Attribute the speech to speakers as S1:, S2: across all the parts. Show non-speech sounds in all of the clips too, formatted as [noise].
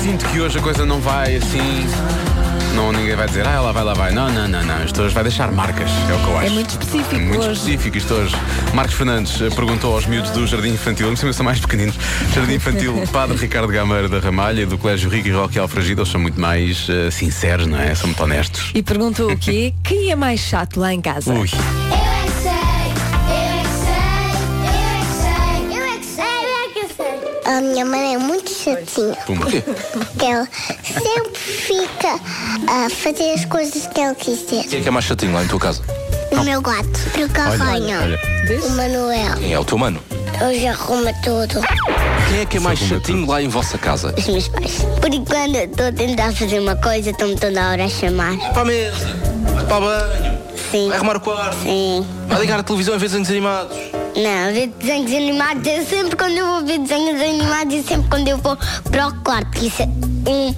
S1: Sinto que hoje a coisa não vai assim. Não, ninguém vai dizer, ah, ela vai, lá vai. Não, não, não, não. Isto hoje vai deixar marcas, é o que eu acho.
S2: É muito específico
S1: Muito
S2: hoje.
S1: específico isto hoje. Marcos Fernandes eh, perguntou aos miúdos do Jardim Infantil, em cima são mais pequeninos, Jardim
S2: [laughs]
S1: Infantil Padre Ricardo Gameiro da Ramalha e do Colégio Rico e Roque Alfragida, eles são muito mais eh, sinceros, não é? São muito honestos.
S2: E perguntou o quê? Quem é mais chato lá em casa?
S1: Ui,
S3: Eu é que sei, eu é que sei, eu é que sei, eu é que sei, eu é que sei.
S4: A minha mãe é muito chatinha.
S1: pumba.
S4: Porque ela sempre fica a fazer as coisas que ela quiser.
S5: Quem é que é mais chatinho lá em tua casa?
S4: O meu gato, o carrinho,
S1: olha.
S4: o Manuel.
S5: Quem é o teu mano?
S4: Hoje arruma tudo.
S5: Quem é que é mais chatinho lá em vossa casa?
S4: Os meus pais. Por enquanto eu estou a tentar fazer uma coisa, estão-me toda hora a chamar.
S5: Para a mesa, para banho,
S4: Sim.
S5: arrumar o quarto,
S4: Sim.
S5: vai ligar a televisão em vez de desanimados.
S4: Não, ver desenhos animados é sempre quando eu vou ver desenhos animados e sempre quando eu vou para o quarto. Isso é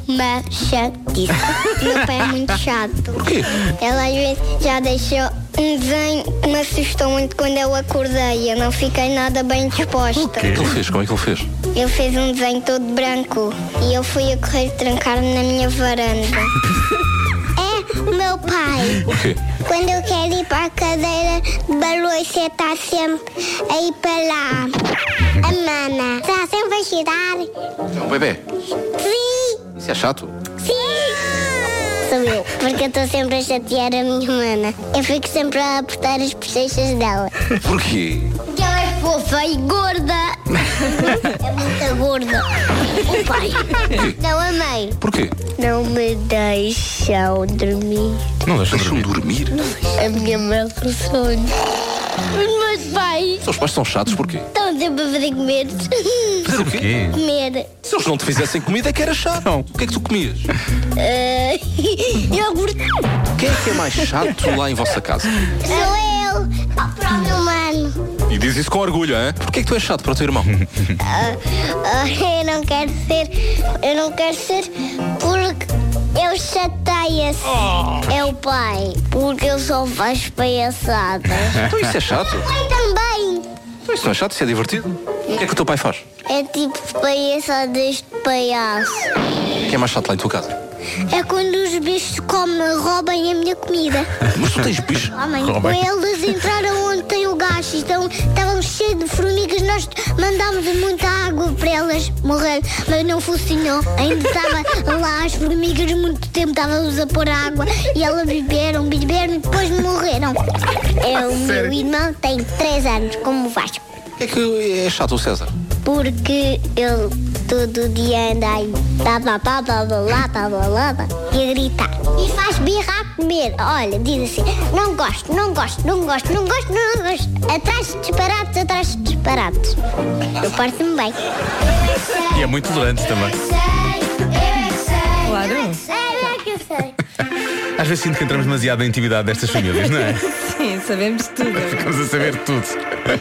S4: uma chatice. [laughs] Meu pai é muito chato.
S5: quê?
S4: Ela às vezes já deixou um desenho que me assustou muito quando eu acordei. Eu não fiquei nada bem disposta.
S5: O que ele fez? Como é que ele fez?
S4: Ele fez um desenho todo branco e eu fui a correr trancar-me na minha varanda. é o meu pai.
S5: O quê?
S4: Quando eu quero ir para a cadeira de balanço, está tá sempre a ir para lá. A mana está sempre a girar.
S5: O É um bebê.
S4: Sim,
S5: Isso é chato?
S4: sim. Sou eu, porque eu estou sempre a chatear a minha mana. Eu fico sempre a apertar as bochechas dela.
S5: Porquê?
S4: Porque ela é fofa e gorda. [laughs] é muito gorda. O pai. Não, a mãe.
S5: Porquê?
S4: Não me deixam dormir.
S1: Não deixa de
S5: Deixam-me
S1: dormir.
S5: dormir?
S4: A minha mãe com sono. Os meus pais
S5: Os pais são chatos, porquê?
S4: estão sempre a fazer comer.
S5: Fazer o quê?
S1: Quê?
S4: comer.
S5: Se eles não te fizessem comida é que era chato. O que é que tu comias?
S4: Eh, [laughs] iogurte.
S5: Quem é que é mais chato lá em vossa casa?
S4: Sou eu, o próprio humano.
S5: E diz isso com orgulho, hein? Porquê é que tu és chato para o teu [laughs] irmão?
S4: Ah, eu não quero ser. Eu não quero ser porque eu chateia-se. É o pai. Porque eu só faço palhaçadas.
S5: Então isso é chato?
S4: Mãe também.
S5: Então isso não é chato, isso é divertido. O que é que o teu pai faz?
S4: É tipo palhaçadas de palhaço.
S5: Quem é mais chato lá em tua casa?
S4: É quando os bichos comem, roubem a minha comida.
S5: Mas tu tens bicho.
S4: Homem,
S1: Roubem.
S4: eles entraram ontem o gás, então estavam cheios de formigas, nós mandámos muita água para elas morrer, mas não funcionou. Ainda estava lá as formigas muito tempo, estávamos a pôr água e elas beberam, beberam e depois morreram. É o meu irmão tem 3 anos, como o Vasco,
S5: O que é que é chato o César?
S4: porque ele todo dia anda aí, tá, tá, tá, tá, tá, lá, tá, lá, lá, tá, e a gritar. E faz birra a comer. Olha, diz assim: não gosto, não gosto, não gosto, não gosto, não gosto. Atrás de disparates, atrás de disparates. Eu porto-me bem.
S1: E é muito tolerante também.
S2: Claro.
S3: Eu é que sei, eu é que sei.
S1: Às vezes sinto que entramos demasiado na intimidade destas famílias, não é?
S2: Sim, sabemos tudo.
S1: Ficamos a saber tudo.